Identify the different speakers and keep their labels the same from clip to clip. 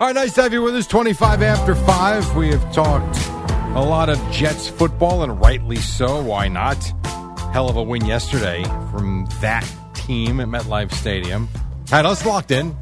Speaker 1: All right, nice to have you with us. 25 after 5. We have talked a lot of Jets football, and rightly so. Why not? Hell of a win yesterday from that team at MetLife Stadium. Had us locked in.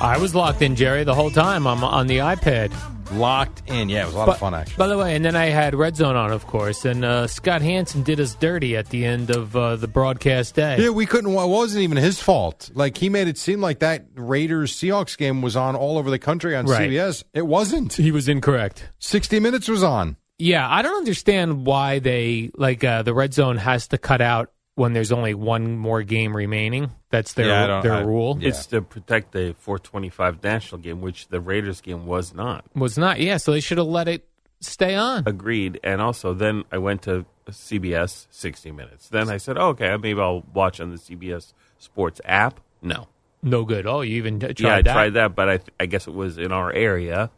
Speaker 2: I was locked in, Jerry, the whole time. I'm on the iPad.
Speaker 1: Locked in. Yeah, it was a lot of fun, actually.
Speaker 2: By the way, and then I had Red Zone on, of course, and uh, Scott Hansen did us dirty at the end of uh, the broadcast day.
Speaker 1: Yeah, we couldn't. Well, it wasn't even his fault. Like, he made it seem like that Raiders Seahawks game was on all over the country on
Speaker 2: Right.
Speaker 1: CBS. It wasn't.
Speaker 2: He was incorrect.
Speaker 1: 60 Minutes was on.
Speaker 2: Yeah, I don't understand why they like uh, the red zone has to cut out when there's only one more game remaining. That's their
Speaker 1: Yeah, I don't-
Speaker 2: their
Speaker 1: I-
Speaker 2: rule.
Speaker 1: yeah.
Speaker 3: It's to protect the 425 national game, which the Raiders game was not.
Speaker 2: Was not yeah, so they should have let it stay on.
Speaker 3: Agreed. And also, then I went to CBS 60 Minutes. Then I said, oh, okay, maybe I'll watch on the CBS Sports app. No.
Speaker 2: No good. Oh, you even tried
Speaker 3: yeah, I
Speaker 2: that.
Speaker 3: tried that, but I, th- I guess it was in our area.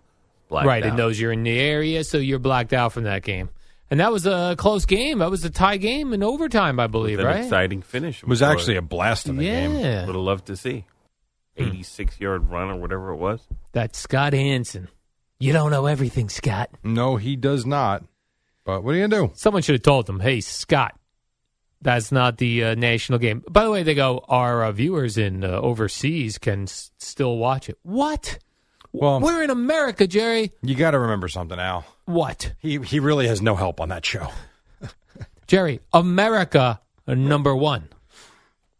Speaker 3: Blacked
Speaker 2: right, it
Speaker 3: out.
Speaker 2: knows you're in the area, so you're blacked out from that game. And that was a close game. That was a tie game in overtime, I believe.
Speaker 3: With an
Speaker 2: right?
Speaker 3: exciting finish.
Speaker 1: It was
Speaker 3: which I
Speaker 1: actually a blast in the
Speaker 2: yeah. Hmm.
Speaker 1: game.
Speaker 3: would have loved to see. 86 yard run or whatever it was.
Speaker 2: That's Scott Hansen. You don't know everything, Scott.
Speaker 1: No, he does not. But what are you going to do?
Speaker 2: Someone should have told them, hey, Scott, that's not the uh, national game. By the way, they go, our uh, viewers in uh, overseas can s- still watch it. What?
Speaker 1: Well-
Speaker 2: We're in America, Jerry.
Speaker 1: You got to remember something, Al.
Speaker 2: What?
Speaker 1: He, he really has no help on that show.
Speaker 2: Jerry, America uh, number one.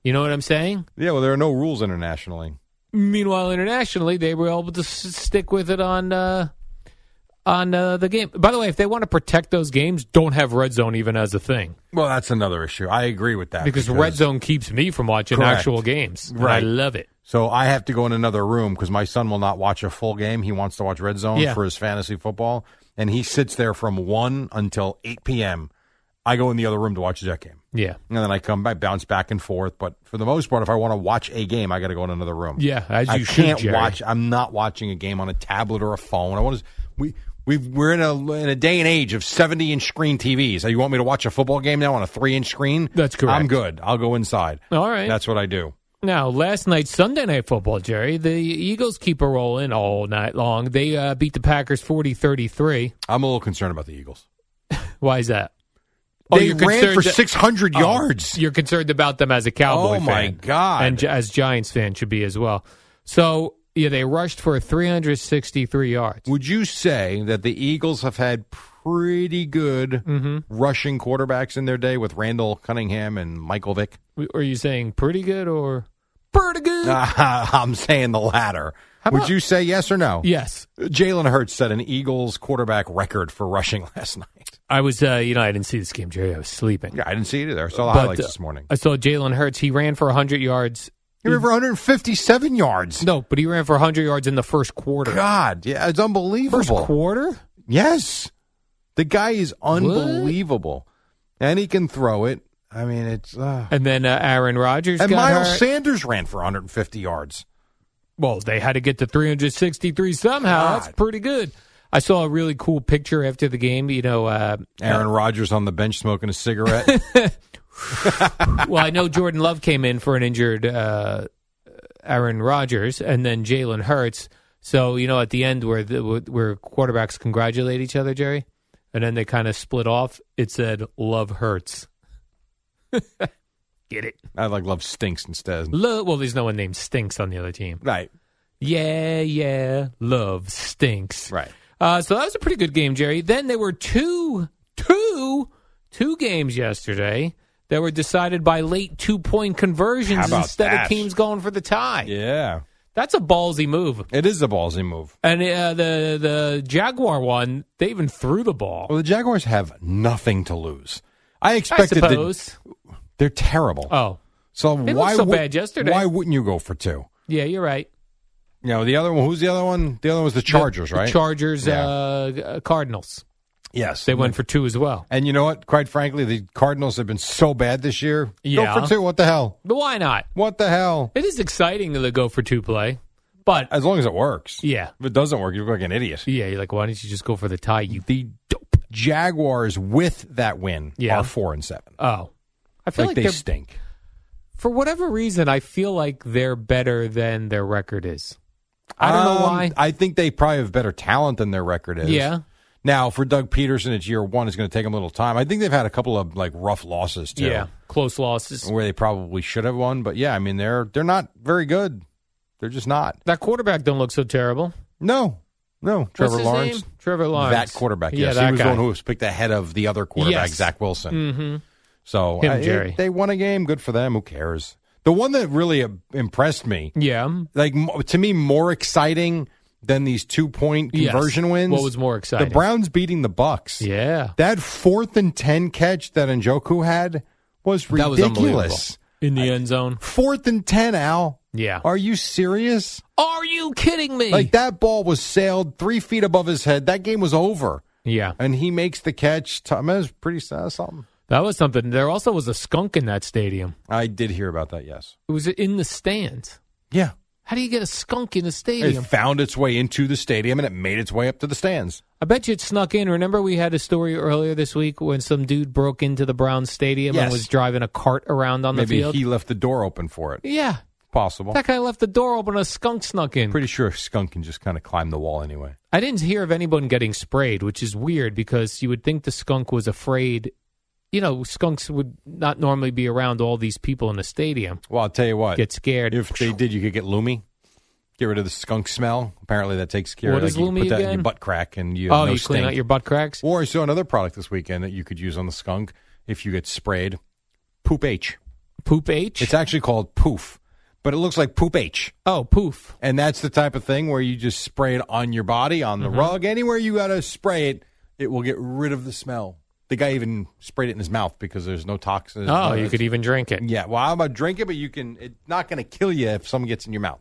Speaker 2: You know what I'm saying?
Speaker 1: Yeah, well, there are no rules internationally.
Speaker 2: Meanwhile, internationally, they were able to s- stick with it on uh, on uh, the game. By the way, if they want to protect those games, don't have red zone even as a thing.
Speaker 1: Well, that's another issue. I agree with that
Speaker 2: because, red zone keeps me from watching
Speaker 1: Correct.
Speaker 2: actual games. And I
Speaker 1: Right.
Speaker 2: love it.
Speaker 1: So I have to go in another room because my son will not watch a full game. He wants to watch red zone
Speaker 2: Yeah.
Speaker 1: for his fantasy football, and he sits there from one until eight p.m. I go in the other room to watch that game,
Speaker 2: Yeah.
Speaker 1: and then I come back, bounce back and forth. But for the most part, if I want to watch a game, I got to go in another room.
Speaker 2: Yeah, as
Speaker 1: I
Speaker 2: you should,
Speaker 1: can't
Speaker 2: Jerry.
Speaker 1: watch. I'm not watching a game on a tablet or a phone. I want to. We we we're in a in a day and age of 70 inch screen TVs. You want me to watch a football game now on a three inch screen?
Speaker 2: That's correct.
Speaker 1: I'm good. I'll go inside.
Speaker 2: All right.
Speaker 1: That's what I do.
Speaker 2: Now, last night, Sunday night football, Jerry, the Eagles keep a rolling all night long. They uh, beat the Packers 40 33.
Speaker 1: I'm a little concerned about the Eagles.
Speaker 2: Why is that?
Speaker 1: Oh,
Speaker 2: They
Speaker 1: you ran
Speaker 2: concerned
Speaker 1: for
Speaker 2: that-
Speaker 1: 600
Speaker 2: Oh,
Speaker 1: yards.
Speaker 2: You're concerned about them as a Cowboy
Speaker 1: Oh,
Speaker 2: fan.
Speaker 1: my God.
Speaker 2: And gi- as Giants fan should be as well. So, yeah, they rushed for 363 yards.
Speaker 1: Would you say that the Eagles have had pretty good
Speaker 2: Mm-hmm.
Speaker 1: rushing quarterbacks in their day with Randall Cunningham and Michael Vick?
Speaker 2: W- Are you saying pretty good or pretty good?
Speaker 1: I'm saying the latter.
Speaker 2: How
Speaker 1: Would
Speaker 2: about-
Speaker 1: you say yes or no?
Speaker 2: yes.
Speaker 1: Jalen Hurts set an Eagles quarterback record for rushing last night.
Speaker 2: I was, uh, you know, I didn't see this game, Jerry. I was sleeping.
Speaker 1: Yeah, I didn't see it either. I saw the
Speaker 2: But,
Speaker 1: highlights
Speaker 2: uh,
Speaker 1: this morning.
Speaker 2: I saw Jalen Hurts. He ran for 100 yards.
Speaker 1: He ran for 157 yards.
Speaker 2: No, but he ran for 100 yards in the first quarter.
Speaker 1: God, yeah, it's unbelievable.
Speaker 2: First quarter?
Speaker 1: Yes. The guy is unbelievable. And he can throw it. I mean, it's. Uh...
Speaker 2: And then uh, Aaron Rodgers
Speaker 1: And
Speaker 2: got
Speaker 1: Miles
Speaker 2: hurt.
Speaker 1: Sanders ran for 150 yards.
Speaker 2: well, they had to get to 363 somehow. That's
Speaker 1: God.
Speaker 2: pretty good. I saw a really cool picture after the game. You know, uh,
Speaker 1: Aaron Rodgers on the bench smoking a cigarette.
Speaker 2: well, I know Jordan Love came in for an injured uh, Aaron Rodgers and then Jalen Hurts. So you know, at the end where the, where quarterbacks congratulate each other, Jerry, and then they kind of split off. It said "Love Hurts." Get it?
Speaker 1: I like love stinks instead.
Speaker 2: Love. Well, there's no one named Stinks on the other team.
Speaker 1: Right,
Speaker 2: Yeah, yeah. Love stinks.
Speaker 1: right.
Speaker 2: Uh, so that was a pretty good game, Jerry. Then there were two, two, two games yesterday that were decided by late two point
Speaker 1: How
Speaker 2: conversions
Speaker 1: about
Speaker 2: instead
Speaker 1: that?
Speaker 2: of teams going for the tie.
Speaker 1: Yeah,
Speaker 2: That's a ballsy move.
Speaker 1: it is a ballsy move.
Speaker 2: And uh, the the Jaguar one, they even threw the ball.
Speaker 1: Well, the Jaguars have nothing to lose. I
Speaker 2: I
Speaker 1: expected that
Speaker 2: suppose.
Speaker 1: they're terrible.
Speaker 2: oh,
Speaker 1: so
Speaker 2: they looked
Speaker 1: why
Speaker 2: so
Speaker 1: would-
Speaker 2: bad yesterday.
Speaker 1: Why wouldn't you go for two?
Speaker 2: yeah, you're right.
Speaker 1: You know, the other one. Who's the other one? The other one was the Chargers,
Speaker 2: The
Speaker 1: right?
Speaker 2: Chargers,
Speaker 1: Yeah. Mm-hmm.
Speaker 2: uh, Cardinals.
Speaker 1: yes,
Speaker 2: They went for two as well.
Speaker 1: And you know what? Quite frankly, the Cardinals have been so bad this year. Go
Speaker 2: Yeah.
Speaker 1: for two. What the hell?
Speaker 2: But why not?
Speaker 1: What the hell?
Speaker 2: It is exciting to go for two play, but
Speaker 1: As long as it works.
Speaker 2: yeah,
Speaker 1: If it doesn't work, you look like an idiot.
Speaker 2: yeah. You're like, why don't you just go for the tie? You
Speaker 1: The Jaguars with that win
Speaker 2: Yeah.
Speaker 1: are four and seven.
Speaker 2: oh, I feel
Speaker 1: Like,
Speaker 2: like,
Speaker 1: they
Speaker 2: they're
Speaker 1: stink.
Speaker 2: for whatever reason, I feel like they're better than their record is. I don't know
Speaker 1: Um,
Speaker 2: why.
Speaker 1: I think they probably have better talent than their record is.
Speaker 2: yeah,
Speaker 1: Now for Doug Peterson, it's year one. It's going to take them a little time. I think they've had a couple of like rough losses too.
Speaker 2: yeah. Close losses.
Speaker 1: Where they probably should have won, but yeah, I mean they're they're not very good. They're just not.
Speaker 2: That quarterback don't look so terrible.
Speaker 1: No, no. Trevor
Speaker 2: What's his
Speaker 1: Lawrence.
Speaker 2: name? Trevor Lawrence.
Speaker 1: That quarterback,
Speaker 2: Yeah,
Speaker 1: yes.
Speaker 2: that
Speaker 1: he was
Speaker 2: guy.
Speaker 1: the one who was picked ahead of the other quarterback,
Speaker 2: Yes.
Speaker 1: Zach Wilson.
Speaker 2: Mhm.
Speaker 1: So
Speaker 2: Him,
Speaker 1: I- it-
Speaker 2: Jerry.
Speaker 1: they won a game. Good for them. Who cares? The one that really uh, impressed me,
Speaker 2: Yeah.
Speaker 1: like mo- to me, more exciting than these two point
Speaker 2: Yes.
Speaker 1: conversion wins.
Speaker 2: What was more exciting?
Speaker 1: The Browns beating the Bucks.
Speaker 2: Yeah.
Speaker 1: That fourth and ten catch that Njoku had was ridiculous.
Speaker 2: In the end zone.
Speaker 1: fourth and ten, Al.
Speaker 2: Yeah.
Speaker 1: Are you serious?
Speaker 2: Are you kidding me?
Speaker 1: Like that ball was sailed three feet above his head. That game was over.
Speaker 2: Yeah.
Speaker 1: and he makes the catch. Tom, that was pretty uh, something.
Speaker 2: That was something. There also was a skunk in that stadium.
Speaker 1: I did hear about that. Yes.
Speaker 2: It was in the stands.
Speaker 1: Yeah.
Speaker 2: How do you get a skunk in the
Speaker 1: It
Speaker 2: stadium?
Speaker 1: found its way into the stadium and it made its way up to the stands.
Speaker 2: I bet you it snuck in. Remember, we had a story earlier this week when some dude broke into the Browns stadium
Speaker 1: Yes.
Speaker 2: and was driving a cart around on
Speaker 1: Maybe
Speaker 2: the field.
Speaker 1: he left the door open for it.
Speaker 2: yeah,
Speaker 1: Possible.
Speaker 2: that guy left the door open. A skunk snuck in.
Speaker 1: Pretty sure a skunk can just kind of climb the wall anyway.
Speaker 2: I didn't hear of anyone getting sprayed, which is weird because you would think the skunk was afraid. You know, skunks would not normally be around all these people in the stadium.
Speaker 1: Well, I'll tell you what.
Speaker 2: Get scared.
Speaker 1: if they did, you could get Loomy. Get rid of the skunk smell. Apparently, that takes care
Speaker 2: What
Speaker 1: of like,
Speaker 2: is
Speaker 1: you can
Speaker 2: Lumi
Speaker 1: put that in
Speaker 2: again?
Speaker 1: your butt crack and you have
Speaker 2: oh,
Speaker 1: no
Speaker 2: you clean
Speaker 1: stink.
Speaker 2: out your butt cracks.
Speaker 1: Or I saw another product this weekend that you could use on the skunk if you get sprayed. Poop H.
Speaker 2: Poop H.
Speaker 1: It's actually called Poof, but it looks like Poop H.
Speaker 2: oh, poof.
Speaker 1: And that's the type of thing where you just spray it on your body, on
Speaker 2: Mm-hmm.
Speaker 1: the rug, anywhere you got to spray it, it will get rid of the smell. The guy even sprayed it in his mouth because there's no toxins.
Speaker 2: Oh,
Speaker 1: No-
Speaker 2: you could even drink it.
Speaker 1: Yeah, well, I'm about to drink it, but you can. It's not going to kill you if something gets in your mouth.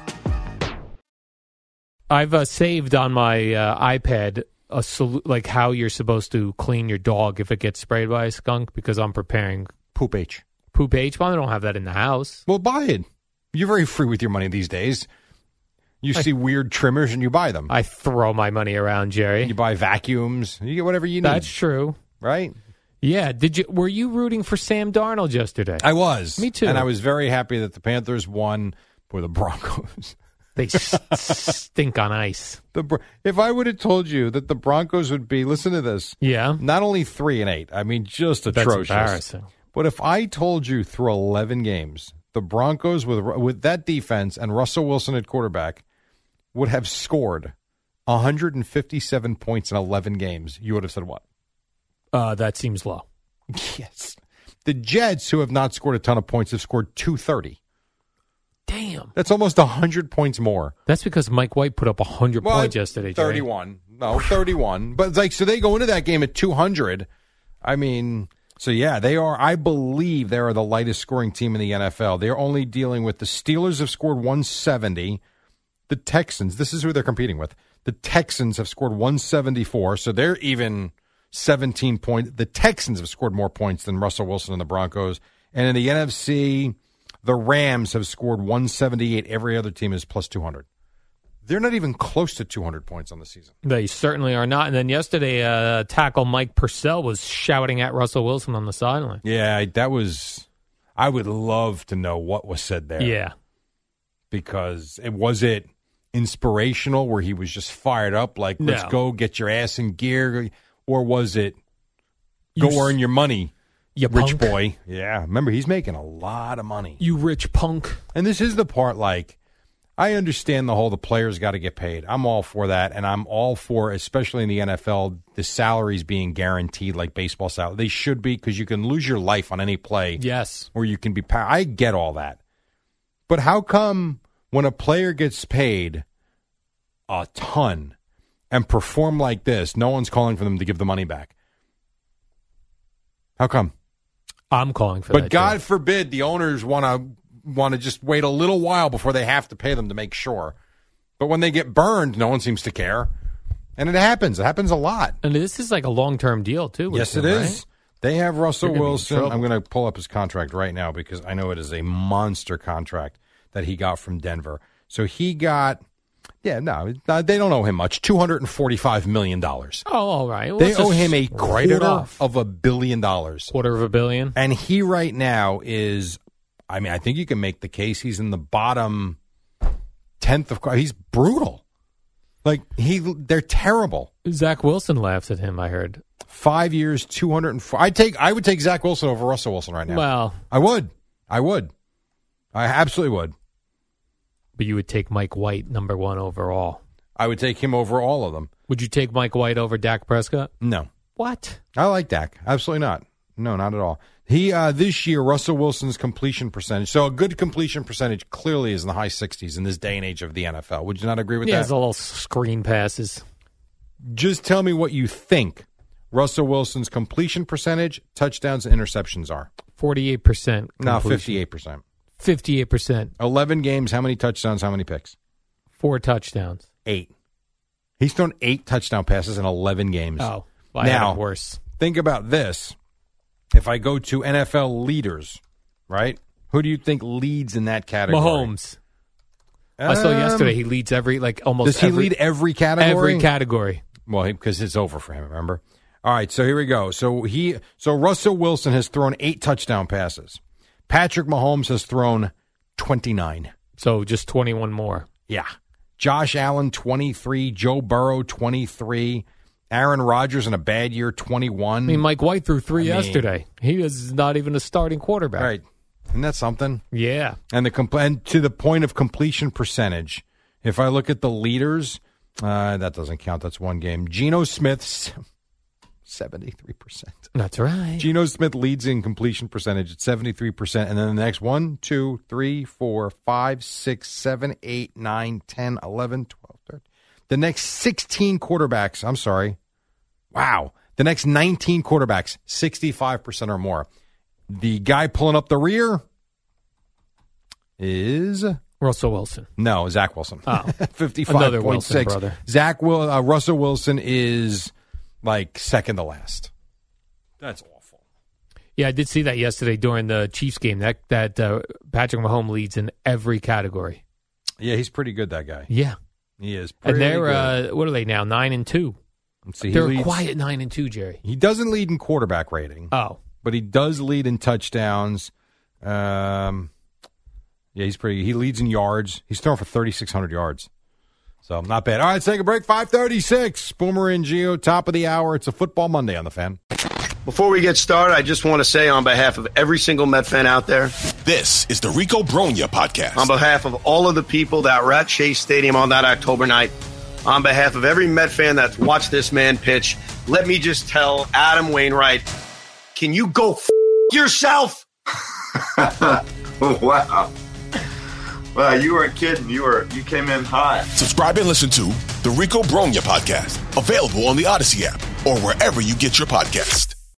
Speaker 2: I've uh, saved on my uh, iPad a sol- like how you're supposed to clean your dog if it gets sprayed by a skunk because I'm preparing
Speaker 1: Poop H.
Speaker 2: poop H. Well, I don't have that in the house.
Speaker 1: Well, buy it. You're very free with your money these days. You see weird trimmers and you buy them.
Speaker 2: I throw my money around,
Speaker 1: you
Speaker 2: Jerry.
Speaker 1: buy vacuums. You get whatever you need,
Speaker 2: That's true.
Speaker 1: right?
Speaker 2: Yeah. Did you? Were you rooting for Sam Darnold yesterday?
Speaker 1: I was.
Speaker 2: Me too.
Speaker 1: And I was very happy that the Panthers won for the Broncos.
Speaker 2: They s- stink on ice.
Speaker 1: The Bro- if I would have told you that the Broncos would be, listen to this,
Speaker 2: Yeah.
Speaker 1: not only three and eight, I mean just
Speaker 2: That's
Speaker 1: atrocious.
Speaker 2: embarrassing.
Speaker 1: But if I told you through eleven games the Broncos with with that defense and Russell Wilson at quarterback would have scored 157 points in 11 games, you would have said what?
Speaker 2: Uh, that seems low.
Speaker 1: Yes. The Jets, who have not scored a ton of points, have scored 230.
Speaker 2: Damn.
Speaker 1: That's almost 100 points more.
Speaker 2: That's because Mike White put up 100 points yesterday. Jerry.
Speaker 1: 31. No, 31. But it's like, so they go into that game at 200. I mean, so yeah, they are, I believe they are the lightest scoring team in the NFL. They're only dealing with the Steelers have scored 170. The Texans, this is who they're competing with. The Texans have scored 174, so they're even 17 points. The Texans have scored more points than Russell Wilson and the Broncos. And in the NFC, the Rams have scored 178. Every other team is plus 200. They're not even close to 200 points on the season.
Speaker 2: They certainly are not. And then yesterday, uh, tackle Mike Purcell was shouting at Russell Wilson on the sideline.
Speaker 1: Yeah, I- that was. I would love to know what was said there.
Speaker 2: Yeah.
Speaker 1: because it was it inspirational where he was just fired up, like let's
Speaker 2: No.
Speaker 1: go get your ass in gear, or was it go
Speaker 2: You s-
Speaker 1: earn your money,
Speaker 2: You
Speaker 1: rich
Speaker 2: punk.
Speaker 1: boy? Yeah, remember he's making a lot of money.
Speaker 2: You rich punk.
Speaker 1: And this is the part like I understand the whole the players got to get paid. I'm all for that and I'm all for especially in the NFL the salaries being guaranteed like baseball salary. They should be cuz you can lose your life on any play
Speaker 2: Yes.
Speaker 1: or you can be pa- I get all that. But how come when a player gets paid a ton and perform like this, no one's calling for them to give the money back? How come?
Speaker 2: I'm calling for
Speaker 1: But
Speaker 2: that.
Speaker 1: God
Speaker 2: Jerry.
Speaker 1: forbid the owners want to want to just wait a little while before they have to pay them to make sure. But when they get burned, no one seems to care, and it happens. It happens a lot.
Speaker 2: And this is like a long term deal, too. with
Speaker 1: yes, it
Speaker 2: him,
Speaker 1: is.
Speaker 2: right?
Speaker 1: They have Russell
Speaker 2: You're gonna be in
Speaker 1: Wilson.
Speaker 2: trouble.
Speaker 1: I'm going to pull up his contract right now because I know it is a monster contract that he got from Denver. So he got, yeah, no, uh, they don't owe him much. Two hundred and forty-five million dollars.
Speaker 2: Oh, all right. Well,
Speaker 1: They
Speaker 2: let's
Speaker 1: owe
Speaker 2: just
Speaker 1: him a
Speaker 2: write it
Speaker 1: quarter
Speaker 2: off.
Speaker 1: of a billion dollars.
Speaker 2: quarter of a billion.
Speaker 1: And he right now is, I mean, I think you can make the case he's in the bottom tenth of. He's brutal. Like he, they're terrible.
Speaker 2: Zach Wilson laughs at him, I heard.
Speaker 1: Five years, two hundred and four. I take, I would take Zach Wilson over Russell Wilson right now.
Speaker 2: Well,
Speaker 1: I would, I would, I absolutely would.
Speaker 2: but you would take Mike White number one overall.
Speaker 1: I would take him over all of them.
Speaker 2: Would you take Mike White over Dak Prescott?
Speaker 1: No,
Speaker 2: What?
Speaker 1: I like Dak. Absolutely not. No, not at all. He uh, this year Russell Wilson's completion percentage. So a good completion percentage clearly is in the high sixties in this day and age of the NFL. Would you not agree with
Speaker 2: He
Speaker 1: that?
Speaker 2: has a little screen passes.
Speaker 1: just tell me what you think Russell Wilson's completion percentage, touchdowns, and interceptions are.
Speaker 2: 48%.
Speaker 1: Now,
Speaker 2: completion.
Speaker 1: 58%.
Speaker 2: 58%.
Speaker 1: 11 games, how many touchdowns, how many picks?
Speaker 2: Four touchdowns.
Speaker 1: Eight. He's thrown eight touchdown passes in 11 games.
Speaker 2: Oh, well, I
Speaker 1: Now-
Speaker 2: had it worse.
Speaker 1: Think about this. If I go to NFL leaders, right? Who do you think leads in that category?
Speaker 2: Mahomes. I saw
Speaker 1: Um,
Speaker 2: yesterday he leads every like almost
Speaker 1: Does he
Speaker 2: every,
Speaker 1: lead every category?
Speaker 2: every category.
Speaker 1: Well, because it's over for him, remember? All right, so here we go. So he so Russell Wilson has thrown 8 touchdown passes. Patrick Mahomes has thrown 29.
Speaker 2: So just 21 more.
Speaker 1: Yeah. Josh Allen 23, Joe Burrow 23, Aaron Rodgers in a bad year 21.
Speaker 2: I mean, Mike White threw three
Speaker 1: Mm. I mean-
Speaker 2: yesterday. He is not even a starting quarterback.
Speaker 1: All right. Isn't that something?
Speaker 2: Yeah.
Speaker 1: And the compl- and to the point of completion percentage, if I look at the leaders, uh, that doesn't count. That's one game. Geno Smith's 73%.
Speaker 2: That's right.
Speaker 1: Geno Smith leads in completion percentage at 73%. And then the next one, two, three, four, five, six, seven, eight, nine, 10, 11, 12, 13. The next 16 quarterbacks, I'm sorry. Wow. The next 19 quarterbacks, 65% or more. The guy pulling up the rear is
Speaker 2: Russell Wilson.
Speaker 1: no, Zach Wilson.
Speaker 2: Oh. Another Wilson
Speaker 1: 55.6.
Speaker 2: brother.
Speaker 1: Zach Will uh, Russell Wilson is like second to last. That's awful.
Speaker 2: Yeah, I did see that yesterday during the Chiefs game. That that uh, Patrick Mahomes leads in every category.
Speaker 1: Yeah, he's pretty good. That guy.
Speaker 2: Yeah,
Speaker 1: He is. Pretty
Speaker 2: and they're
Speaker 1: good.
Speaker 2: uh, what are they now? Nine and two.
Speaker 1: Let's see, he
Speaker 2: they're
Speaker 1: leads-
Speaker 2: quiet nine and two, Jerry.
Speaker 1: He doesn't lead in quarterback rating,
Speaker 2: Oh,
Speaker 1: but he does lead in touchdowns. Um, yeah, he's pretty. He leads in yards. He's thrown for thirty six hundred yards. So not bad. All right, let's take a break. Five thirty six. Boomer and Geo, top of the hour. It's a football Monday on the fan.
Speaker 4: Before we get started, I just want to say on behalf of every single Met fan out there, this is the Rico Bronya podcast. On behalf of all of the people that were at Chase Stadium on that October night, on behalf of every Met fan that's watched this man pitch, let me just tell Adam Wainwright, can you go f- yourself?
Speaker 5: wow. Wow, you weren't kidding. You were you came in hot.
Speaker 6: Subscribe and listen to the Rico Bronya podcast, available on the Odyssey app or wherever you get your podcast.